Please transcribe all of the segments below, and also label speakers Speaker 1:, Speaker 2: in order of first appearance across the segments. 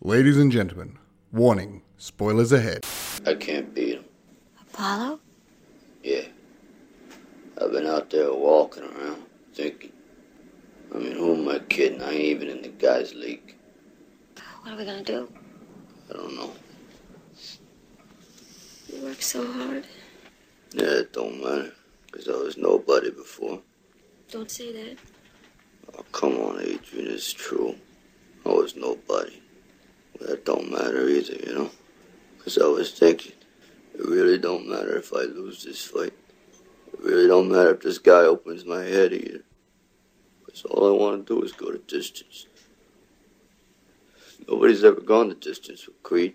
Speaker 1: Ladies and gentlemen, warning spoilers ahead.
Speaker 2: I can't beat him.
Speaker 3: Apollo?
Speaker 2: Yeah. I've been out there walking around, thinking. I mean, who am I kidding? I ain't even in the guys' league.
Speaker 3: What are we gonna do?
Speaker 2: I don't know.
Speaker 3: We work so hard.
Speaker 2: Yeah, it don't matter, 'cause I was nobody before.
Speaker 3: Don't say that.
Speaker 2: Oh, come on, Adrian, it's true. I was nobody. But that don't matter either, you know? 'Cause I was thinking, it really don't matter if I lose this fight. It really don't matter if this guy opens my head either. 'Cause all I want to do is go the distance. Nobody's ever gone the distance with Creed.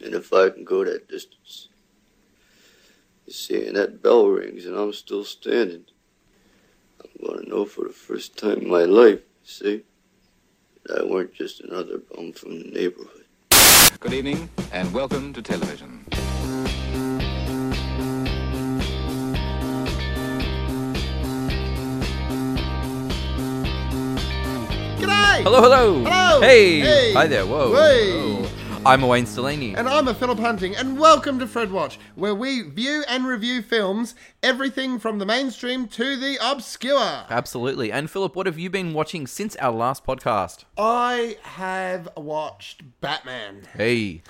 Speaker 2: And if I can go that distance, you see, and that bell rings and I'm still standing. I'm gonna know for the first time in my life, see, that I weren't just another bum from the neighborhood.
Speaker 4: Good evening and welcome to television.
Speaker 5: G'day!
Speaker 6: Hello, hello.
Speaker 5: Hello.
Speaker 6: Hey.
Speaker 5: Hey.
Speaker 6: Hi there. Whoa.
Speaker 5: Hey.
Speaker 6: Whoa. I'm Wayne Stellini.
Speaker 5: And I'm a Philip Hunting, and welcome to Fred Watch, where we view and review films, everything from the mainstream to the obscure.
Speaker 6: Absolutely. And Philip, what have you been watching since our last podcast?
Speaker 5: I have watched Batman.
Speaker 6: Hey.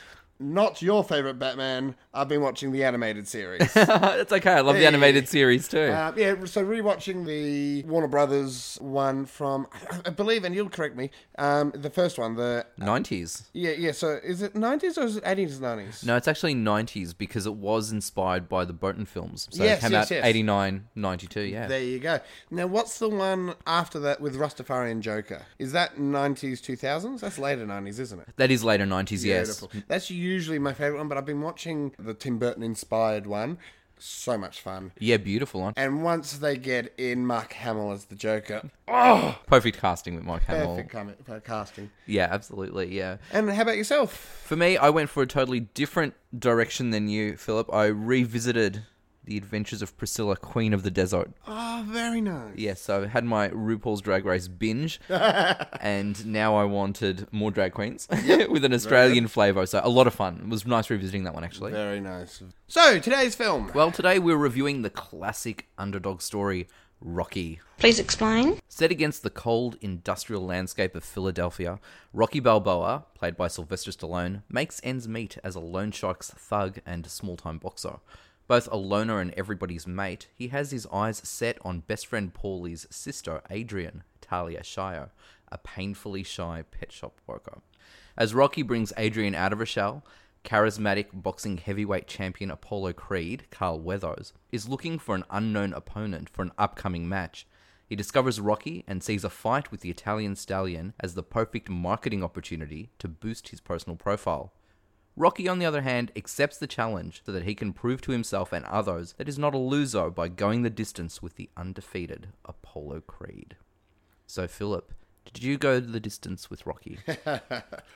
Speaker 5: Not your favourite Batman. I've been watching the animated series.
Speaker 6: That's okay. I love
Speaker 5: Hey.
Speaker 6: the animated series too.
Speaker 5: Uh, yeah, so rewatching the Warner Brothers one from, I believe, and you'll correct me, um, the first one, the
Speaker 6: 90s.
Speaker 5: yeah, yeah. So is it nineties or is it eighties, nineties?
Speaker 6: No, it's actually 90s because it was inspired by the Burton films. So
Speaker 5: Yes,
Speaker 6: it came
Speaker 5: yes,
Speaker 6: out
Speaker 5: yes.
Speaker 6: 89, 92, yeah.
Speaker 5: There you go. Now, what's the one after that with Rastafarian Joker? Is that 90s, 2000s? That's later 90s, isn't it?
Speaker 6: that is later 90s, yes.
Speaker 5: Beautiful. That's usually my favourite one, but I've been watching the Tim Burton inspired one. So much fun.
Speaker 6: Yeah, beautiful. Huh?
Speaker 5: And once they get in Mark Hamill as the Joker,
Speaker 6: Perfect casting with Mark Hamill.
Speaker 5: perfect com- uh, casting.
Speaker 6: Yeah, absolutely, yeah.
Speaker 5: And how about yourself?
Speaker 6: For me, I went for a totally different direction than you, Philip. I revisited The Adventures of Priscilla, Queen of the Desert.
Speaker 5: Oh, very nice.
Speaker 6: Yes, I had my RuPaul's Drag Race binge, and now I wanted more drag queens with an Australian flavour. So a lot of fun. It was nice revisiting that one actually.
Speaker 5: Very nice. So, today's film.
Speaker 6: Well, today we're reviewing the classic underdog story, Rocky.
Speaker 3: Please explain.
Speaker 6: Set against the cold industrial landscape of Philadelphia, Rocky Balboa, played by Sylvester Stallone, makes ends meet as a loan shark's thug and small time boxer. Both a loner and everybody's mate, he has his eyes set on best friend Paulie's sister, Adrian, Talia Shire, a painfully shy pet shop worker. As Rocky brings Adrian out of her shell, charismatic boxing heavyweight champion Apollo Creed, Carl Weathers, is looking for an unknown opponent for an upcoming match. He discovers Rocky and sees a fight with the Italian stallion as the perfect marketing opportunity to boost his personal profile. Rocky, on the other hand, accepts the challenge so that he can prove to himself and others that he's not a loser by going the distance with the undefeated Apollo Creed. So, Philip, did you go the distance with Rocky?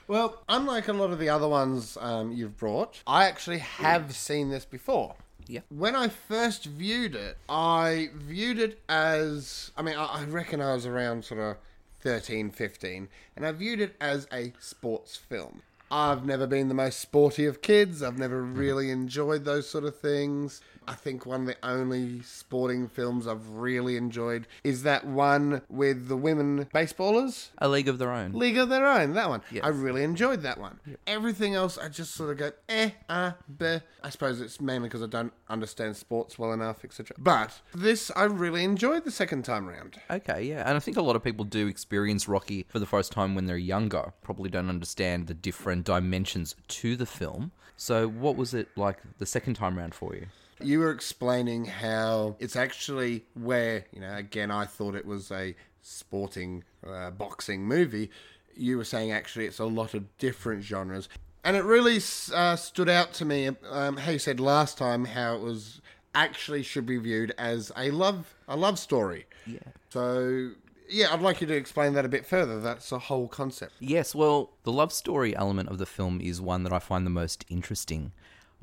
Speaker 5: Well, unlike a lot of the other ones um, you've brought, I actually have seen this before.
Speaker 6: Yeah.
Speaker 5: When I first viewed it, I viewed it as I mean, I, I reckon I was around sort of 13, 15, and I viewed it as a sports film. I've never been the most sporty of kids. I've never really enjoyed those sort of things. I think one of the only sporting films I've really enjoyed is that one with the women baseballers.
Speaker 6: a League of Their Own.
Speaker 5: League of Their Own, that one.
Speaker 6: Mm. Yes.
Speaker 5: I really enjoyed that one. Everything else, I just sort of go, eh, ah, bleh. I suppose it's mainly because I don't understand sports well enough, etc. But this, I really enjoyed the second time round.
Speaker 6: Okay, yeah. And I think a lot of people do experience Rocky for the first time when they're younger. Probably don't understand the different dimensions to the film. So, what was it like the second time round for you?
Speaker 5: You were explaining how it's actually where, you know, again, I thought it was a sporting uh, boxing movie. You were saying actually it's a lot of different genres. And it really uh, stood out to me um, how you said last time how it was actually should be viewed as a love a love story. Yeah. So yeah, I'd like you to explain that a bit further. That's the whole concept.
Speaker 6: Yes, well, the love story element of the film is one that I find the most interesting.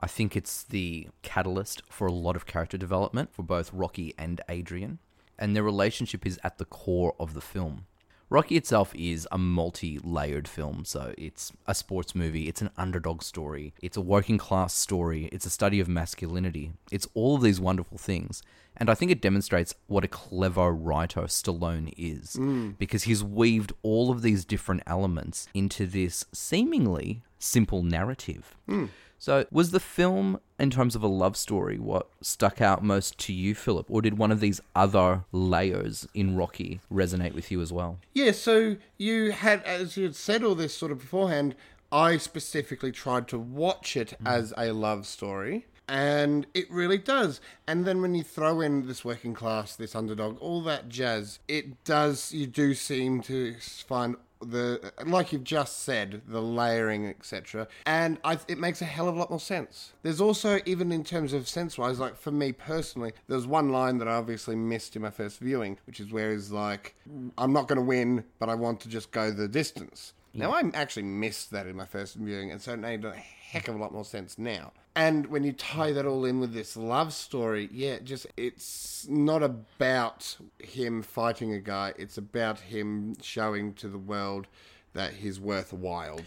Speaker 6: I think it's the catalyst for a lot of character development for both Rocky and Adrian, and their relationship is at the core of the film. Rocky itself is a multi layered film, so it's a sports movie, it's an underdog story, it's a working class story, it's a study of masculinity, it's all of these wonderful things. And I think it demonstrates what a clever writer Stallone is, because he's weaved all of these different elements into this seemingly simple narrative. So, was the film, in terms of a love story, what stuck out most to you, Philip? Or did one of these other layers in Rocky resonate with you as well?
Speaker 5: Yeah, so you had, as you had said all this sort of beforehand, I specifically tried to watch it as a love story, and it really does. And then when you throw in this working class, this underdog, all that jazz, it does, you do seem to find the like you've just said the layering etc and I, it makes a hell of a lot more sense there's also even in terms of sense wise like for me personally there's one line that i obviously missed in my first viewing which is where he's like i'm not going to win but i want to just go the distance now i actually missed that in my first viewing and so it made a heck of a lot more sense now and when you tie that all in with this love story yeah it just it's not about him fighting a guy it's about him showing to the world that he's worthwhile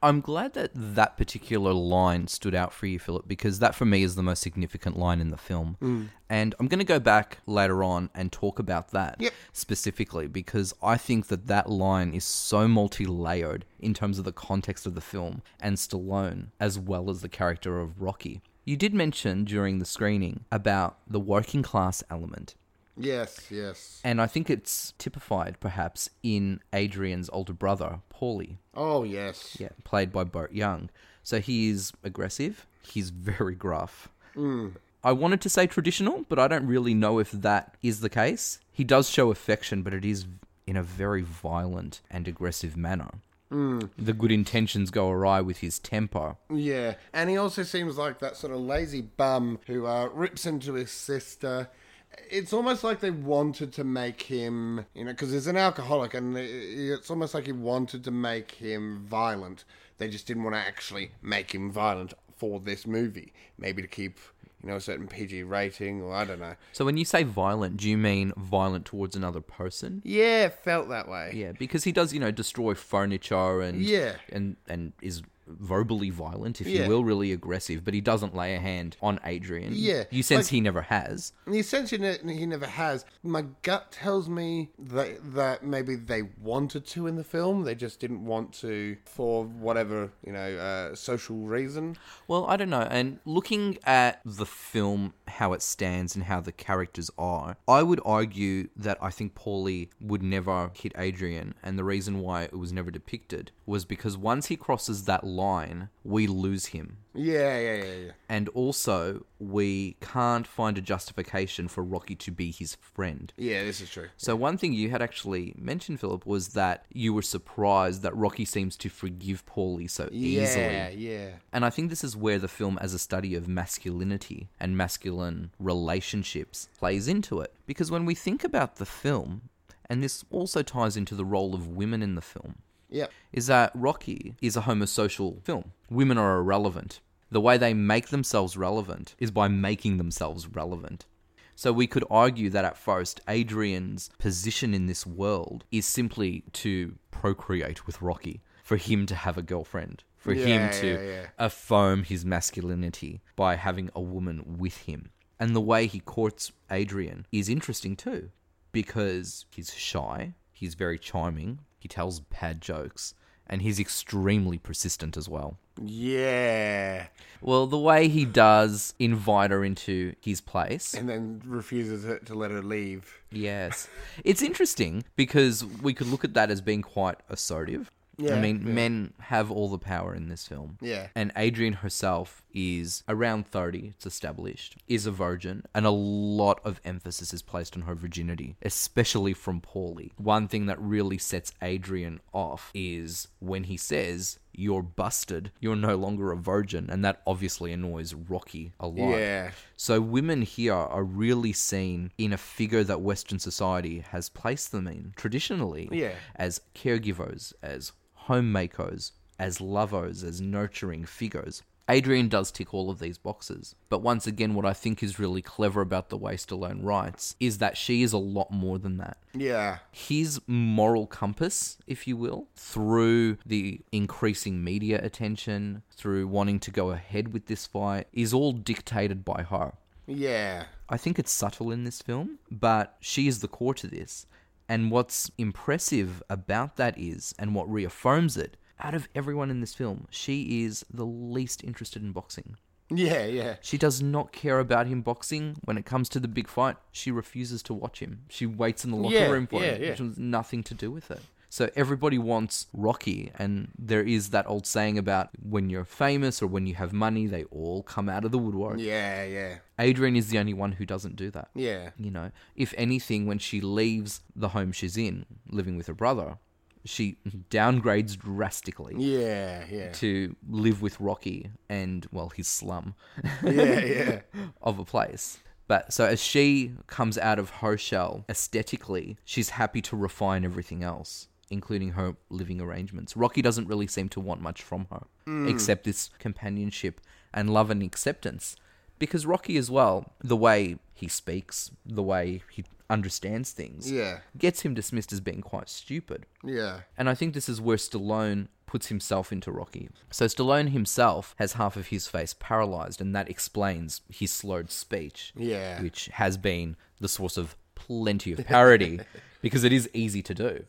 Speaker 6: I'm glad that that particular line stood out for you, Philip, because that for me is the most significant line in the film. And I'm going to go back later on and talk about that
Speaker 5: Yep.
Speaker 6: specifically because I think that that line is so multi layered in terms of the context of the film and Stallone, as well as the character of Rocky. You did mention during the screening about the working class element.
Speaker 5: yes yes
Speaker 6: And I think it's typified perhaps in Adrian's older brother, Paulie.
Speaker 5: oh yes
Speaker 6: Yeah, played by Burt Young. So he's aggressive. He's very gruff. I wanted to say traditional, but I don't really know if that is the case. He does show affection, but it is in a very violent and aggressive manner. The good intentions go awry with his temper.
Speaker 5: Yeah, and he also seems like that sort of lazy bum who uh, rips into his sister. It's almost like they wanted to make him, you know, because he's an alcoholic, and i- i- it's almost like he wanted to make him violent. They just didn't want to actually make him violent for this movie. Maybe to keep, you know, a certain PG rating, or I don't know.
Speaker 6: So when you say violent, do you mean violent towards another person?
Speaker 5: Yeah, it felt that way.
Speaker 6: Yeah, because he does, you know, destroy furniture and
Speaker 5: Yeah.
Speaker 6: and and is verbally violent, if
Speaker 5: Yeah.
Speaker 6: you will, really aggressive. But he doesn't lay a hand on Adrian.
Speaker 5: Yeah,
Speaker 6: you sense
Speaker 5: like-
Speaker 6: he never has.
Speaker 5: And The ascension that he never has. My gut tells me that that maybe they wanted to in the film. They just didn't want to for whatever you know uh, social reason.
Speaker 6: Well, I don't know. And looking at the film, how it stands and how the characters are, I would argue that I think Paulie would never hit Adrian. And the reason why it was never depicted was because once he crosses that line, we lose him.
Speaker 5: Yeah, yeah, yeah, yeah.
Speaker 6: And also, we can't find a justification for Rocky to be his friend.
Speaker 5: Yeah, this is true.
Speaker 6: So, one thing you had actually mentioned, Philip, was that you were surprised that Rocky seems to forgive Paulie so easily.
Speaker 5: Yeah, yeah.
Speaker 6: And I think this is where the film, as a study of masculinity and masculine relationships, plays into it. Because when we think about the film, and this also ties into the role of women in the film,
Speaker 5: Yep.
Speaker 6: is that Rocky is a homosocial film. Women are irrelevant. The way they make themselves relevant is by making themselves relevant. So we could argue that at first, Adrian's position in this world is simply to procreate with Rocky, for him to have a girlfriend, for him
Speaker 5: Yeah,
Speaker 6: to
Speaker 5: yeah, yeah.
Speaker 6: affirm his masculinity by having a woman with him. And the way he courts Adrian is interesting too, because he's shy, he's very charming, he tells bad jokes, and he's extremely persistent as well.
Speaker 5: Yeah.
Speaker 6: Well, the way he does invite her into his place.
Speaker 5: And then refuses it to let her leave.
Speaker 6: Yes. It's interesting because we could look at that as being quite assertive. I
Speaker 5: Yeah,
Speaker 6: mean,
Speaker 5: yeah.
Speaker 6: men have all the power in this film.
Speaker 5: Yeah.
Speaker 6: And Adrian herself is around 30, it's established, is a virgin, and a lot of emphasis is placed on her virginity, especially from Paulie. One thing that really sets Adrian off is when he says, You're busted, you're no longer a virgin, and that obviously annoys Rocky a lot.
Speaker 5: Yeah.
Speaker 6: So women here are really seen in a figure that Western society has placed them in traditionally
Speaker 5: Yeah.
Speaker 6: as caregivers, as homemakers, as lovers, as nurturing figures. Adrian does tick all of these boxes. But once again, what I think is really clever about the way Stallone writes is that she is a lot more than that
Speaker 5: Yeah.
Speaker 6: his moral compass, if you will, through the increasing media attention, through wanting to go ahead with this fight, is all dictated by her.
Speaker 5: Yeah.
Speaker 6: I think it's subtle in this film, but she is the core to this. And what's impressive about that is, and what reaffirms it, out of everyone in this film, she is the least interested in boxing.
Speaker 5: Yeah, yeah.
Speaker 6: She does not care about him boxing. When it comes to the big fight, she refuses to watch him. She waits in the locker
Speaker 5: Yeah,
Speaker 6: room for
Speaker 5: yeah,
Speaker 6: him,
Speaker 5: yeah.
Speaker 6: which has nothing to do with it. So everybody wants Rocky, and there is that old saying about when you're famous or when you have money, they all come out of the woodwork.
Speaker 5: Yeah, yeah.
Speaker 6: Adrian is the only one who doesn't do that.
Speaker 5: Yeah.
Speaker 6: You know, if anything, when she leaves the home she's in, living with her brother, she downgrades drastically
Speaker 5: Yeah, yeah.
Speaker 6: to live with Rocky and, well, his slum
Speaker 5: Yeah, yeah.
Speaker 6: of a place. But so as she comes out of her shell aesthetically, she's happy to refine everything else, including her living arrangements. Rocky doesn't really seem to want much from her, except this companionship and love and acceptance. Because Rocky, as well, the way he speaks, the way he understands things,
Speaker 5: Yeah.
Speaker 6: gets him dismissed as being quite stupid.
Speaker 5: Yeah.
Speaker 6: And I think this is where Stallone puts himself into Rocky. So Stallone himself has half of his face paralyzed, and that explains his slurred speech,
Speaker 5: Yeah.
Speaker 6: which has been the source of plenty of parody because it is easy to do.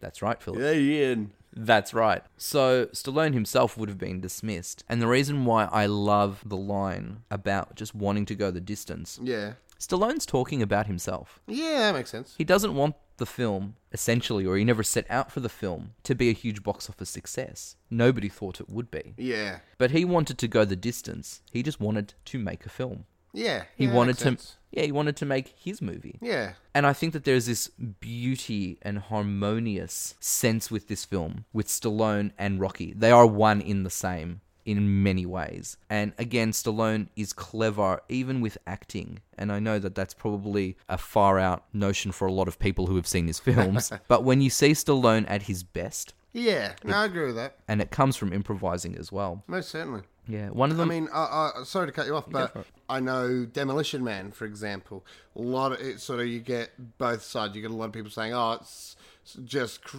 Speaker 6: That's right, Philip. That's right. So Stallone himself would have been dismissed. And the reason why I love the line about just wanting to go the distance,
Speaker 5: Yeah.
Speaker 6: Stallone's talking about himself.
Speaker 5: Yeah, that makes sense.
Speaker 6: He doesn't want the film, essentially, or he never set out for the film, to be a huge box office success. Nobody thought it would be.
Speaker 5: Yeah.
Speaker 6: But he wanted to go the distance. He just wanted to make a film.
Speaker 5: Yeah.
Speaker 6: He
Speaker 5: yeah, that
Speaker 6: wanted
Speaker 5: makes
Speaker 6: to
Speaker 5: sense.
Speaker 6: Yeah, he wanted to make his movie.
Speaker 5: Yeah.
Speaker 6: And I think that there's this beauty and harmonious sense with this film, with Stallone and Rocky. They are one in the same in many ways. And again, Stallone is clever even with acting. And I know that that's probably a far out notion for a lot of people who have seen his films. but when you see Stallone at his best,
Speaker 5: Yeah. No, I agree with that.
Speaker 6: and it comes from improvising as well.
Speaker 5: Most certainly.
Speaker 6: Yeah, one of
Speaker 5: I
Speaker 6: them.
Speaker 5: mean, I, I, sorry to cut you off, but I know Demolition Man, for example. A lot of it sort of you get both sides. You get a lot of people saying, "Oh, it's just cr-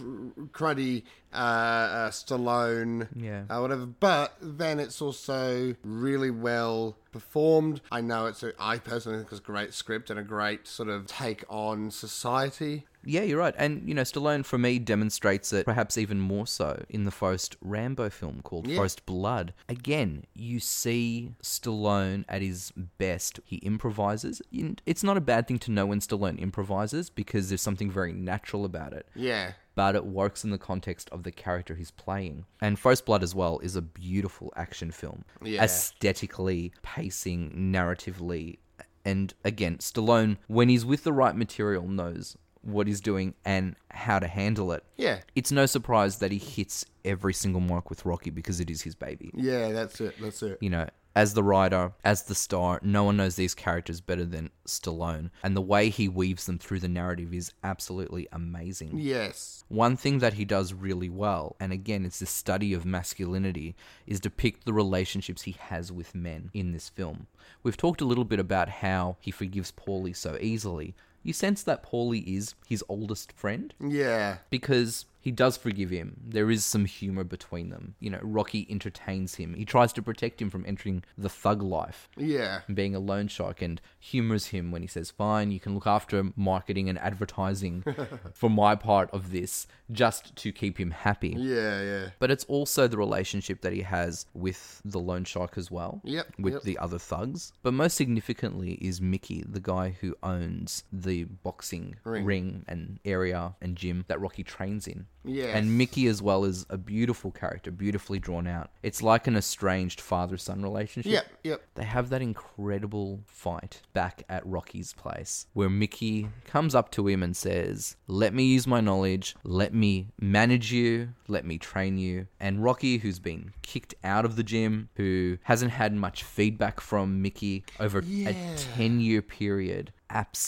Speaker 5: cruddy uh, uh, Stallone,
Speaker 6: Yeah.
Speaker 5: uh, whatever." But then it's also really well performed. I know it's. A, I personally think it's a great script and a great sort of take on society.
Speaker 6: Yeah, you're right. And, you know, Stallone, for me, demonstrates it perhaps even more so in the first Rambo film called First Blood. Again, you see Stallone at his best. He improvises. You- It's not a bad thing to know when Stallone improvises because there's something very natural about it
Speaker 5: Yeah,
Speaker 6: but it works in the context of the character he's playing. And First Blood as well is a beautiful action film.
Speaker 5: Yeah.
Speaker 6: Aesthetically, pacing, narratively, and again, Stallone, when he's with the right material, knows what he's doing and how to handle it.
Speaker 5: yeah,
Speaker 6: It's no surprise that he hits every single mark with Rocky because it is his baby
Speaker 5: yeah. That's it. That's it.
Speaker 6: you know, as the writer, as the star, no one knows these characters better than Stallone. And the way he weaves them through the narrative is absolutely amazing.
Speaker 5: Yes.
Speaker 6: One thing that he does really well, and again, it's the study of masculinity, is depict the relationships he has with men in this film. We've talked a little bit about how he forgives Paulie so easily. You sense that Paulie is his oldest friend
Speaker 5: Yeah.
Speaker 6: because he does forgive him. There is some humor between them. You know, Rocky entertains him. He tries to protect him from entering the thug life
Speaker 5: Yeah.
Speaker 6: and being a loan shark and humors him when he says, Fine, you can look after marketing and advertising for my part of this just to keep him happy.
Speaker 5: Yeah. Yeah.
Speaker 6: But it's also the relationship that he has with the loan shark as well.
Speaker 5: Yep,
Speaker 6: With
Speaker 5: yep.
Speaker 6: the other thugs. But most significantly is Mickey, the guy who owns the boxing ring, and area and gym that Rocky trains in.
Speaker 5: Yes.
Speaker 6: And Mickey as well is a beautiful character, beautifully drawn out. It's like an estranged father son relationship.
Speaker 5: Yep. Yep.
Speaker 6: They have that incredible fight back at Rocky's place where Mickey comes up to him and says, Let me use my knowledge, let me manage you, let me train you. And Rocky, who's been kicked out of the gym, who hasn't had much feedback from Mickey over a 10 year period,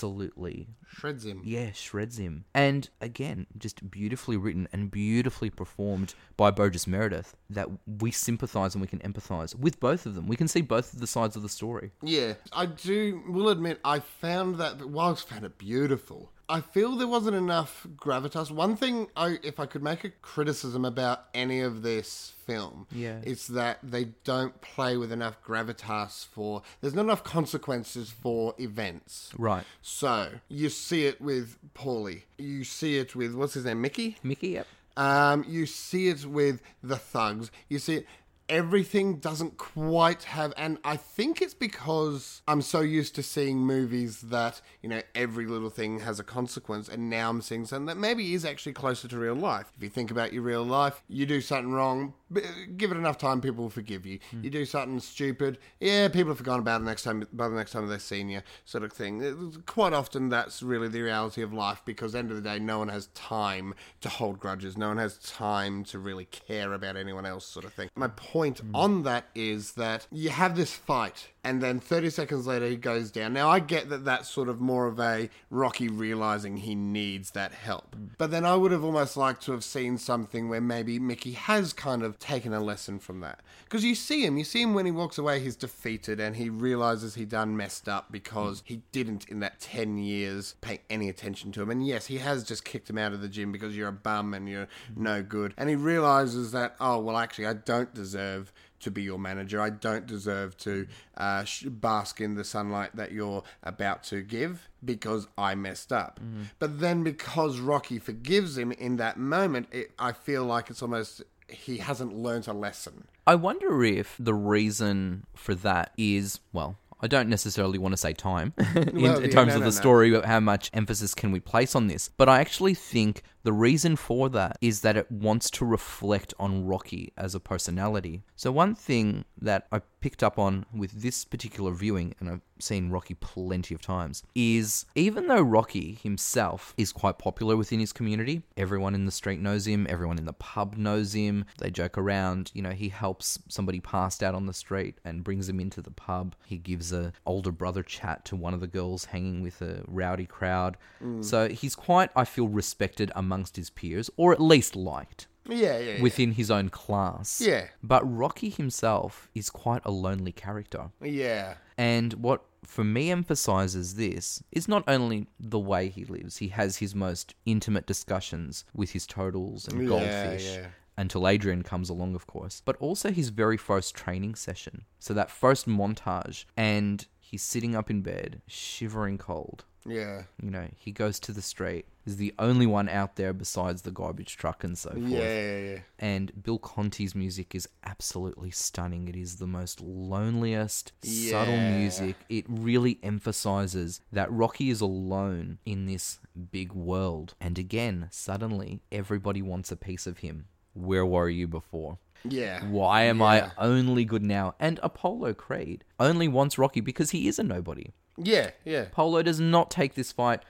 Speaker 6: absolutely
Speaker 5: Shreds him.
Speaker 6: yeah, shreds him. And again, just beautifully written and beautifully performed by Burgess Meredith that we sympathize and we can empathize with both of them. We can see both of the sides of the story.
Speaker 5: Yeah, I do. Will admit, I found that whilst found it beautiful, I feel there wasn't enough gravitas. One thing, I if I could make a criticism about any of this film,
Speaker 6: Yeah.
Speaker 5: it's that they don't play with enough gravitas for. There's not enough consequences for events.
Speaker 6: Right.
Speaker 5: So you see it with Paulie. You see it with what's his name, Mickey.
Speaker 6: Mickey, yep.
Speaker 5: Um, you see it with the thugs. You see it. Everything doesn't quite have, and I think it's because I'm so used to seeing movies that, you know, every little thing has a consequence, and now I'm seeing something that maybe is actually closer to real life. If you think about your real life, you do something wrong, b- give it enough time, people will forgive you. You do something stupid, yeah, people have forgotten about it next time, by the next time they're seeing you, sort of thing. It- Quite often, that's really the reality of life because, end of the day, no one has time to hold grudges. No one has time to really care about anyone else, sort of thing. My point on that is that you have this fight, and then 30 seconds later, he goes down. Now, I get that that's sort of more of a Rocky realizing he needs that help. But then I would have almost liked to have seen something where maybe Mickey has kind of taken a lesson from that. Because you see him, you see him when he walks away, he's defeated and he realizes he done messed up because he didn't in that 10 years pay any attention to him. And yes, he has just kicked him out of the gym because you're a bum and you're no good. And he realizes that, oh, well, actually, I don't deserve to be your manager. I don't deserve to uh, sh- bask in the sunlight that you're about to give because I messed up. But then because Rocky forgives him in that moment, it, I feel like it's almost he hasn't learnt a lesson.
Speaker 6: I wonder if the reason for that is, well, I don't necessarily want to say time in,
Speaker 5: Well,
Speaker 6: in
Speaker 5: yeah,
Speaker 6: terms
Speaker 5: no,
Speaker 6: of
Speaker 5: no,
Speaker 6: the
Speaker 5: no.
Speaker 6: story, how much emphasis can we place on this? But I actually think the reason for that is that it wants to reflect on Rocky as a personality. So, one thing that I picked up on with this particular viewing, and I've seen Rocky plenty of times, is even though Rocky himself is quite popular within his community, everyone in the street knows him, everyone in the pub knows him, they joke around, you know, he helps somebody passed out on the street and brings him into the pub. He gives a older brother chat to one of the girls hanging with a rowdy crowd.
Speaker 5: Mm.
Speaker 6: So he's quite I feel respected amongst his peers or at least liked
Speaker 5: Yeah, yeah. yeah.
Speaker 6: within his own class.
Speaker 5: Yeah.
Speaker 6: But Rocky himself is quite a lonely character.
Speaker 5: yeah.
Speaker 6: And what for me emphasizes this is not only the way he lives, he has his most intimate discussions with his turtles and
Speaker 5: Yeah,
Speaker 6: goldfish.
Speaker 5: yeah.
Speaker 6: Until Adrian comes along, of course, but also his very first training session. So that first montage, and he's sitting up in bed, shivering cold.
Speaker 5: Yeah.
Speaker 6: You know, he goes to the street, is the only one out there besides the garbage truck and so forth
Speaker 5: Yeah, yeah, yeah.
Speaker 6: and Bill Conti's music is absolutely stunning. It is the most loneliest, subtle
Speaker 5: Yeah.
Speaker 6: music. It really emphasizes that Rocky is alone in this big world. And again, suddenly everybody wants a piece of him. Where were you before?
Speaker 5: Yeah.
Speaker 6: Why am
Speaker 5: Yeah.
Speaker 6: I only good now? And Apollo Creed only wants Rocky because he is a nobody.
Speaker 5: Yeah, yeah.
Speaker 6: Polo does not take this fight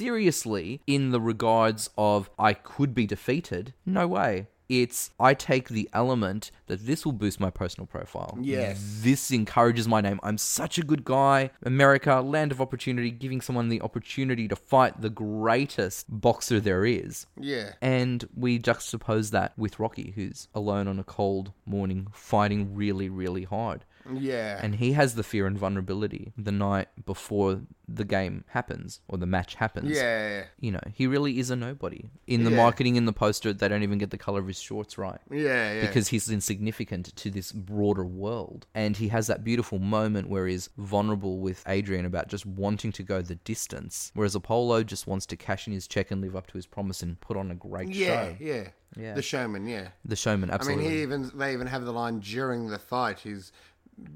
Speaker 6: seriously in the regards of I could be defeated. No way. It's I take the element that this will boost my personal profile.
Speaker 5: Yes.
Speaker 6: This encourages my name. I'm such a good guy. America, land of opportunity, giving someone the opportunity to fight the greatest boxer there is.
Speaker 5: Yeah.
Speaker 6: And we juxtapose that with Rocky, who's alone on a cold morning fighting really, really hard.
Speaker 5: Yeah.
Speaker 6: And he has the fear and vulnerability the night before the game happens or the match happens.
Speaker 5: yeah.
Speaker 6: You know, he really is a nobody. In the
Speaker 5: Yeah.
Speaker 6: marketing, in the poster, they don't even get the color of his shorts right.
Speaker 5: Yeah, yeah.
Speaker 6: Because he's insignificant to this broader world. And he has that beautiful moment where he's vulnerable with Adrian about just wanting to go the distance. Whereas Apollo just wants to cash in his check and live up to his promise and put on a great
Speaker 5: yeah,
Speaker 6: show.
Speaker 5: yeah.
Speaker 6: Yeah.
Speaker 5: The showman, yeah.
Speaker 6: The showman,
Speaker 5: I mean,
Speaker 6: absolutely.
Speaker 5: he even they even have the line during the fight. His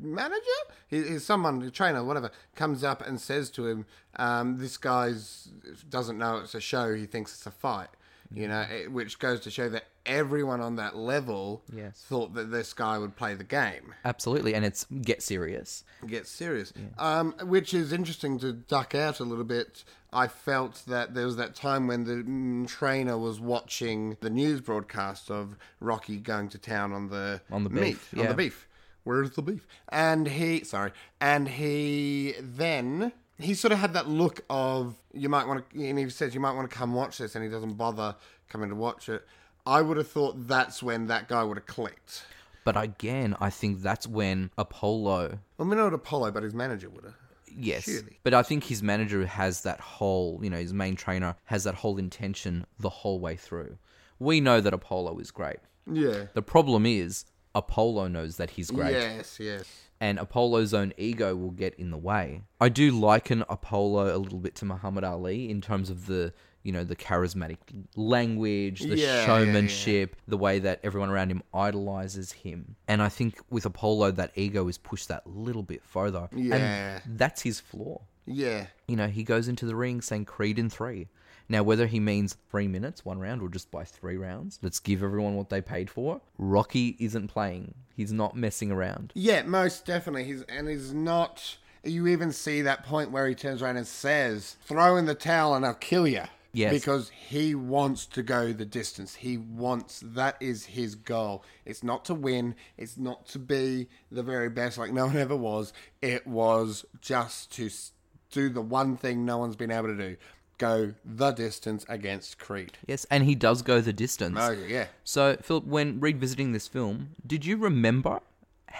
Speaker 5: manager, his, his someone, a trainer, whatever, comes up and says to him, um, "This guy's doesn't know it's a show. He thinks it's a fight." You
Speaker 6: Mm.
Speaker 5: know, it, which goes to show that everyone on that level
Speaker 6: Yes.
Speaker 5: thought that this guy would play the game
Speaker 6: Absolutely. And it's get serious.
Speaker 5: get serious. Um, which is interesting to duck out a little bit. I felt that there was that time when the mm, trainer was watching the news broadcast of Rocky going to town on the
Speaker 6: On the
Speaker 5: meat,
Speaker 6: beef,
Speaker 5: on
Speaker 6: yeah.
Speaker 5: the beef. Where's the beef? And he, sorry, and he then he sort of had that look of you might want to and he says you might want to come watch this and he doesn't bother coming to watch it i would have thought that's when that guy would have clicked
Speaker 6: But again, I think that's when Apollo
Speaker 5: well we know what apollo but his manager would have
Speaker 6: Yes.
Speaker 5: Surely.
Speaker 6: But I think his manager has that whole, you know, his main trainer has that whole intention the whole way through. We know that Apollo is great.
Speaker 5: yeah
Speaker 6: The problem is Apollo knows that he's great
Speaker 5: yes yes
Speaker 6: and Apollo's own ego will get in the way. I do liken Apollo a little bit to Muhammad Ali in terms of the you know the charismatic language, the
Speaker 5: Yeah, yeah,
Speaker 6: showmanship, the way that everyone around him idolizes him. And I think with Apollo, that ego is pushed that little bit further.
Speaker 5: Yeah.
Speaker 6: and that's his flaw.
Speaker 5: yeah
Speaker 6: You know, he goes into the ring saying "Creed in three. Now, whether he means three minutes, one round, or just by three rounds, let's give everyone what they paid for. Rocky isn't playing. He's not messing around.
Speaker 5: Yeah, most definitely. He's and he's not. You even see that point where he turns around and says, "Throw in the towel and I'll kill you."
Speaker 6: Yes.
Speaker 5: because he wants to go the distance. He wants that is his goal. It's not to win. It's not to be the very best like no one ever was. It was just to s- do the one thing no one's been able to do: go the distance against Creed.
Speaker 6: Yes, and he does go the distance.
Speaker 5: Oh yeah.
Speaker 6: So, Philip, when revisiting this film, did you remember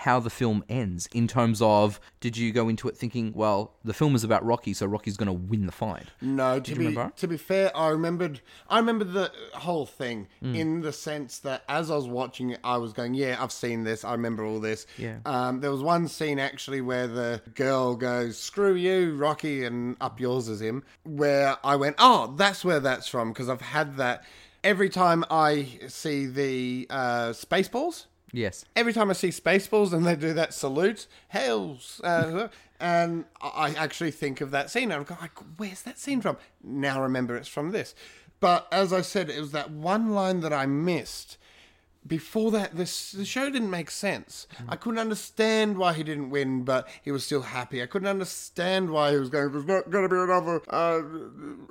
Speaker 6: how the film ends in terms of did you go into it thinking, well, the film is about Rocky, so Rocky's going to win the fight?
Speaker 5: No, to
Speaker 6: you
Speaker 5: be
Speaker 6: remember?
Speaker 5: to be fair, I remembered. I remember the whole thing
Speaker 6: Hmm.
Speaker 5: in the sense that as I was watching it, I was going, "Yeah, I've seen this. I remember all this."
Speaker 6: Yeah.
Speaker 5: Um, there was one scene actually where the girl goes, "Screw you, Rocky," and up yours is him. Where I went, "Oh, that's where that's from," because I've had that every time I see the uh, Spaceballs.
Speaker 6: Yes.
Speaker 5: Every time I see Spaceballs and they do that salute, hails, uh, and I I actually think of that scene. I'm like, where's that scene from? Now I remember it's from this. But as I said, it was that one line that I missed. Before that, this the show didn't make sense. I couldn't understand why he didn't win, but he was still happy. I couldn't understand why he was going. There's not going to be another uh,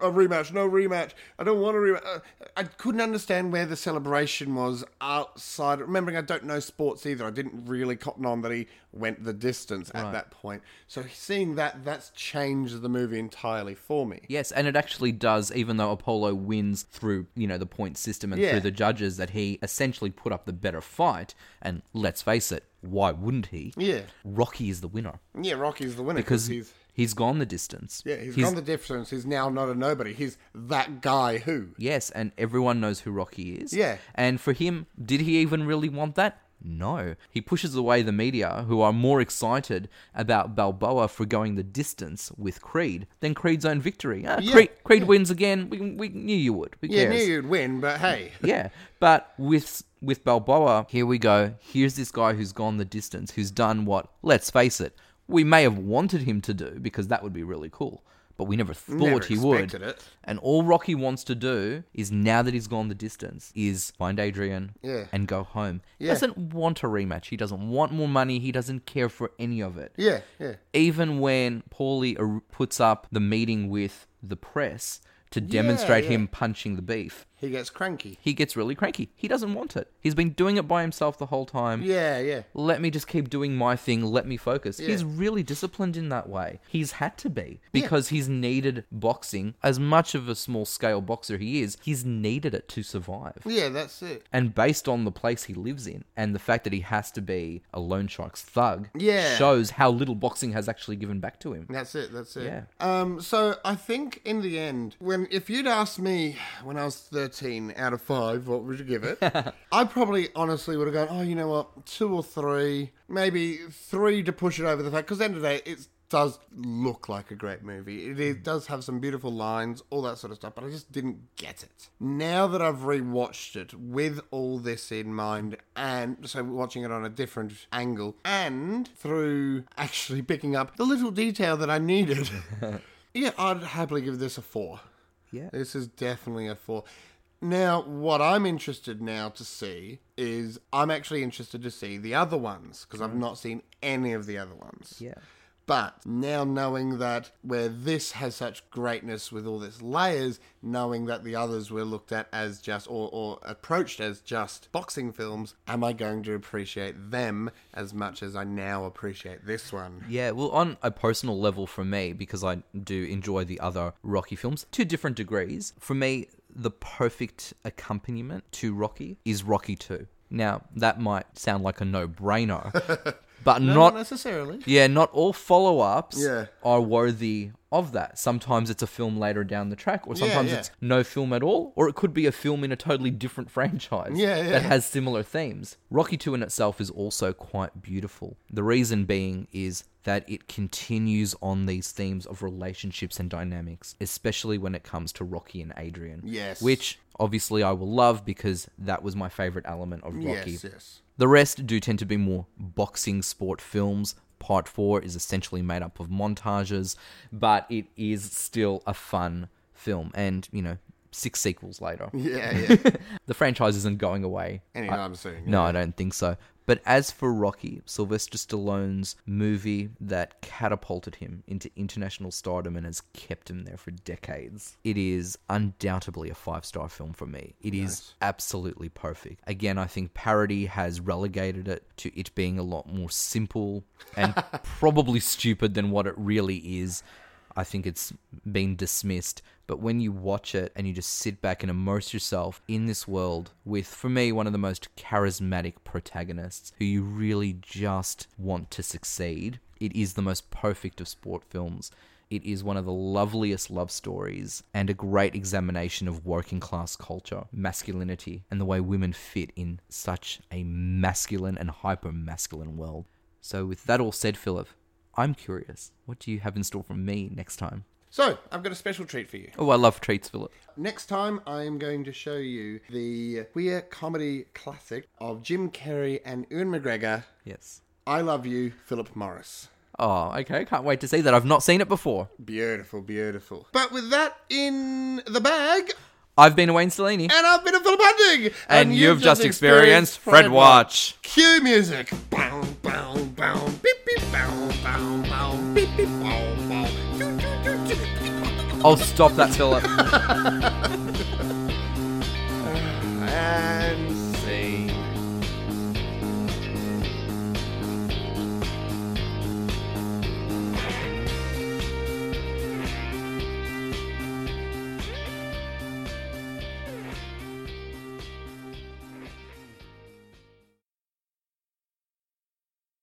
Speaker 5: a rematch. No rematch. I don't want a rematch. Uh, I couldn't understand where the celebration was outside. Remembering, I don't know sports either. I didn't really cotton on that he went the distance at that point. So seeing that, that's changed the movie entirely for me.
Speaker 6: Yes, and it actually does, even though Apollo wins through, you know, the point system and
Speaker 5: Yeah.
Speaker 6: through the judges, that he essentially put up the better fight. And let's face it, why wouldn't he?
Speaker 5: Yeah,
Speaker 6: Rocky is the winner
Speaker 5: yeah. Rocky's the winner
Speaker 6: because
Speaker 5: he's.
Speaker 6: he's gone the distance.
Speaker 5: Yeah, he's gone the difference. He's now not a nobody. He's that guy who.
Speaker 6: Yes, and everyone knows who Rocky is.
Speaker 5: Yeah.
Speaker 6: And for him, did he even really want that? No. He pushes away the media who are more excited about Balboa for going the distance with Creed than Creed's own victory. Ah,
Speaker 5: Yeah,
Speaker 6: Creed, Creed
Speaker 5: yeah.
Speaker 6: wins again. We, we knew you would. Who
Speaker 5: Yeah,
Speaker 6: cares?
Speaker 5: knew you'd win, but hey.
Speaker 6: yeah. But with with Balboa, here we go. Here's this guy who's gone the distance, who's done what, let's face it, we may have wanted him to do because that would be really cool. But we never thought
Speaker 5: Never
Speaker 6: he would.
Speaker 5: expected it.
Speaker 6: And all Rocky wants to do is now that he's gone the distance, is find Adrian
Speaker 5: Yeah.
Speaker 6: and go home. He
Speaker 5: Yeah.
Speaker 6: doesn't want a rematch. He doesn't want more money. He doesn't care for any of it
Speaker 5: Yeah, yeah.
Speaker 6: even when Paulie ar- puts up the meeting with the press to demonstrate
Speaker 5: yeah.
Speaker 6: him punching the beef,
Speaker 5: He gets cranky.
Speaker 6: he gets really cranky. He doesn't want it. He's been doing it by himself the whole time.
Speaker 5: Yeah, yeah.
Speaker 6: Let me just keep doing my thing. Let me focus. He's really disciplined in that way. He's had to be because he's needed boxing. As much of a small scale boxer he is, he's needed it to survive.
Speaker 5: Yeah, that's it.
Speaker 6: And based on the place he lives in and the fact that he has to be a loan shark's thug
Speaker 5: Yeah.
Speaker 6: shows how little boxing has actually given back to him.
Speaker 5: That's it, that's it.
Speaker 6: Mm. Yeah.
Speaker 5: Um, so I think in the end, when if you'd asked me when I was thirteen out of five, what would you give it? I probably honestly would have gone, Oh, you know what, two or three, maybe three to push it over the fact because end of the day it does look like a great movie. It, it does have some beautiful lines, all that sort of stuff, but I just didn't get it. Now that I've rewatched it with all this in mind, and so watching it on a different angle, and through actually picking up the little detail that I needed, yeah, I'd happily give this a four.
Speaker 6: Yeah.
Speaker 5: This is definitely a four. Now, what I'm interested now to see is I'm actually interested to see the other ones because I've not seen any of the other ones.
Speaker 6: Yeah.
Speaker 5: But now knowing that where this has such greatness with all its layers, knowing that the others were looked at as just or, or approached as just boxing films, am I going to appreciate them as much as I now appreciate this one?
Speaker 6: Yeah, well, on a personal level for me, because I do enjoy the other Rocky films to different degrees, for me, the perfect accompaniment to Rocky is Rocky 2. Now, that might sound like a no brainer, but
Speaker 5: Not
Speaker 6: not.
Speaker 5: necessarily.
Speaker 6: yeah, not all follow ups
Speaker 5: Yeah.
Speaker 6: are worthy of that. Sometimes it's a film later down the track, or sometimes
Speaker 5: yeah.
Speaker 6: it's no film at all, or it could be a film in a totally different franchise
Speaker 5: Yeah, yeah.
Speaker 6: that has similar themes. Rocky 2 in itself is also quite beautiful. The reason being is that it continues on these themes of relationships and dynamics, especially when it comes to Rocky and Adrian.
Speaker 5: Yes.
Speaker 6: Which obviously I will love because that was my favorite element of Rocky.
Speaker 5: Yes, yes.
Speaker 6: The rest do tend to be more boxing sport films. Part 4 is essentially made up of montages, but it is still a fun film. And, you know, six sequels later.
Speaker 5: Yeah, yeah.
Speaker 6: The franchise isn't going away.
Speaker 5: Anyway, I'm saying.
Speaker 6: No, I don't think so. But as for Rocky, Sylvester Stallone's movie that catapulted him into international stardom and has kept him there for decades, it is undoubtedly a five star film for me. It is absolutely perfect. Again, I think parody has relegated it to it being a lot more simple and probably stupid than what it really is. I think it's been dismissed. But when you watch it and you just sit back and immerse yourself in this world with, for me, one of the most charismatic protagonists who you really just want to succeed, it is the most perfect of sport films. It is one of the loveliest love stories and a great examination of working class culture, masculinity, and the way women fit in such a masculine and hyper masculine world. So, with that all said, Philip, I'm curious. What do you have in store for me next time?
Speaker 5: So, I've got a special treat for you.
Speaker 6: Oh, I love treats, Philip.
Speaker 5: Next time, I am going to show you the queer comedy classic of Jim Carrey and Ewan McGregor,
Speaker 6: Yes.
Speaker 5: I Love You, Philip Morris.
Speaker 6: Oh, okay. Can't wait to see that. I've not seen it before.
Speaker 5: Beautiful, beautiful. But with that in the bag,
Speaker 6: I've been Wayne Stellini.
Speaker 5: and I've been a Philip Hunting!
Speaker 6: And you've just experienced Fred Watch.
Speaker 5: Cue music! Bow, bow, bow, beep, beep, bow, bow, bow, beep, beep, bow, bow, doo, doo, doo, doo.
Speaker 6: Oh, stop that, Philip.
Speaker 5: And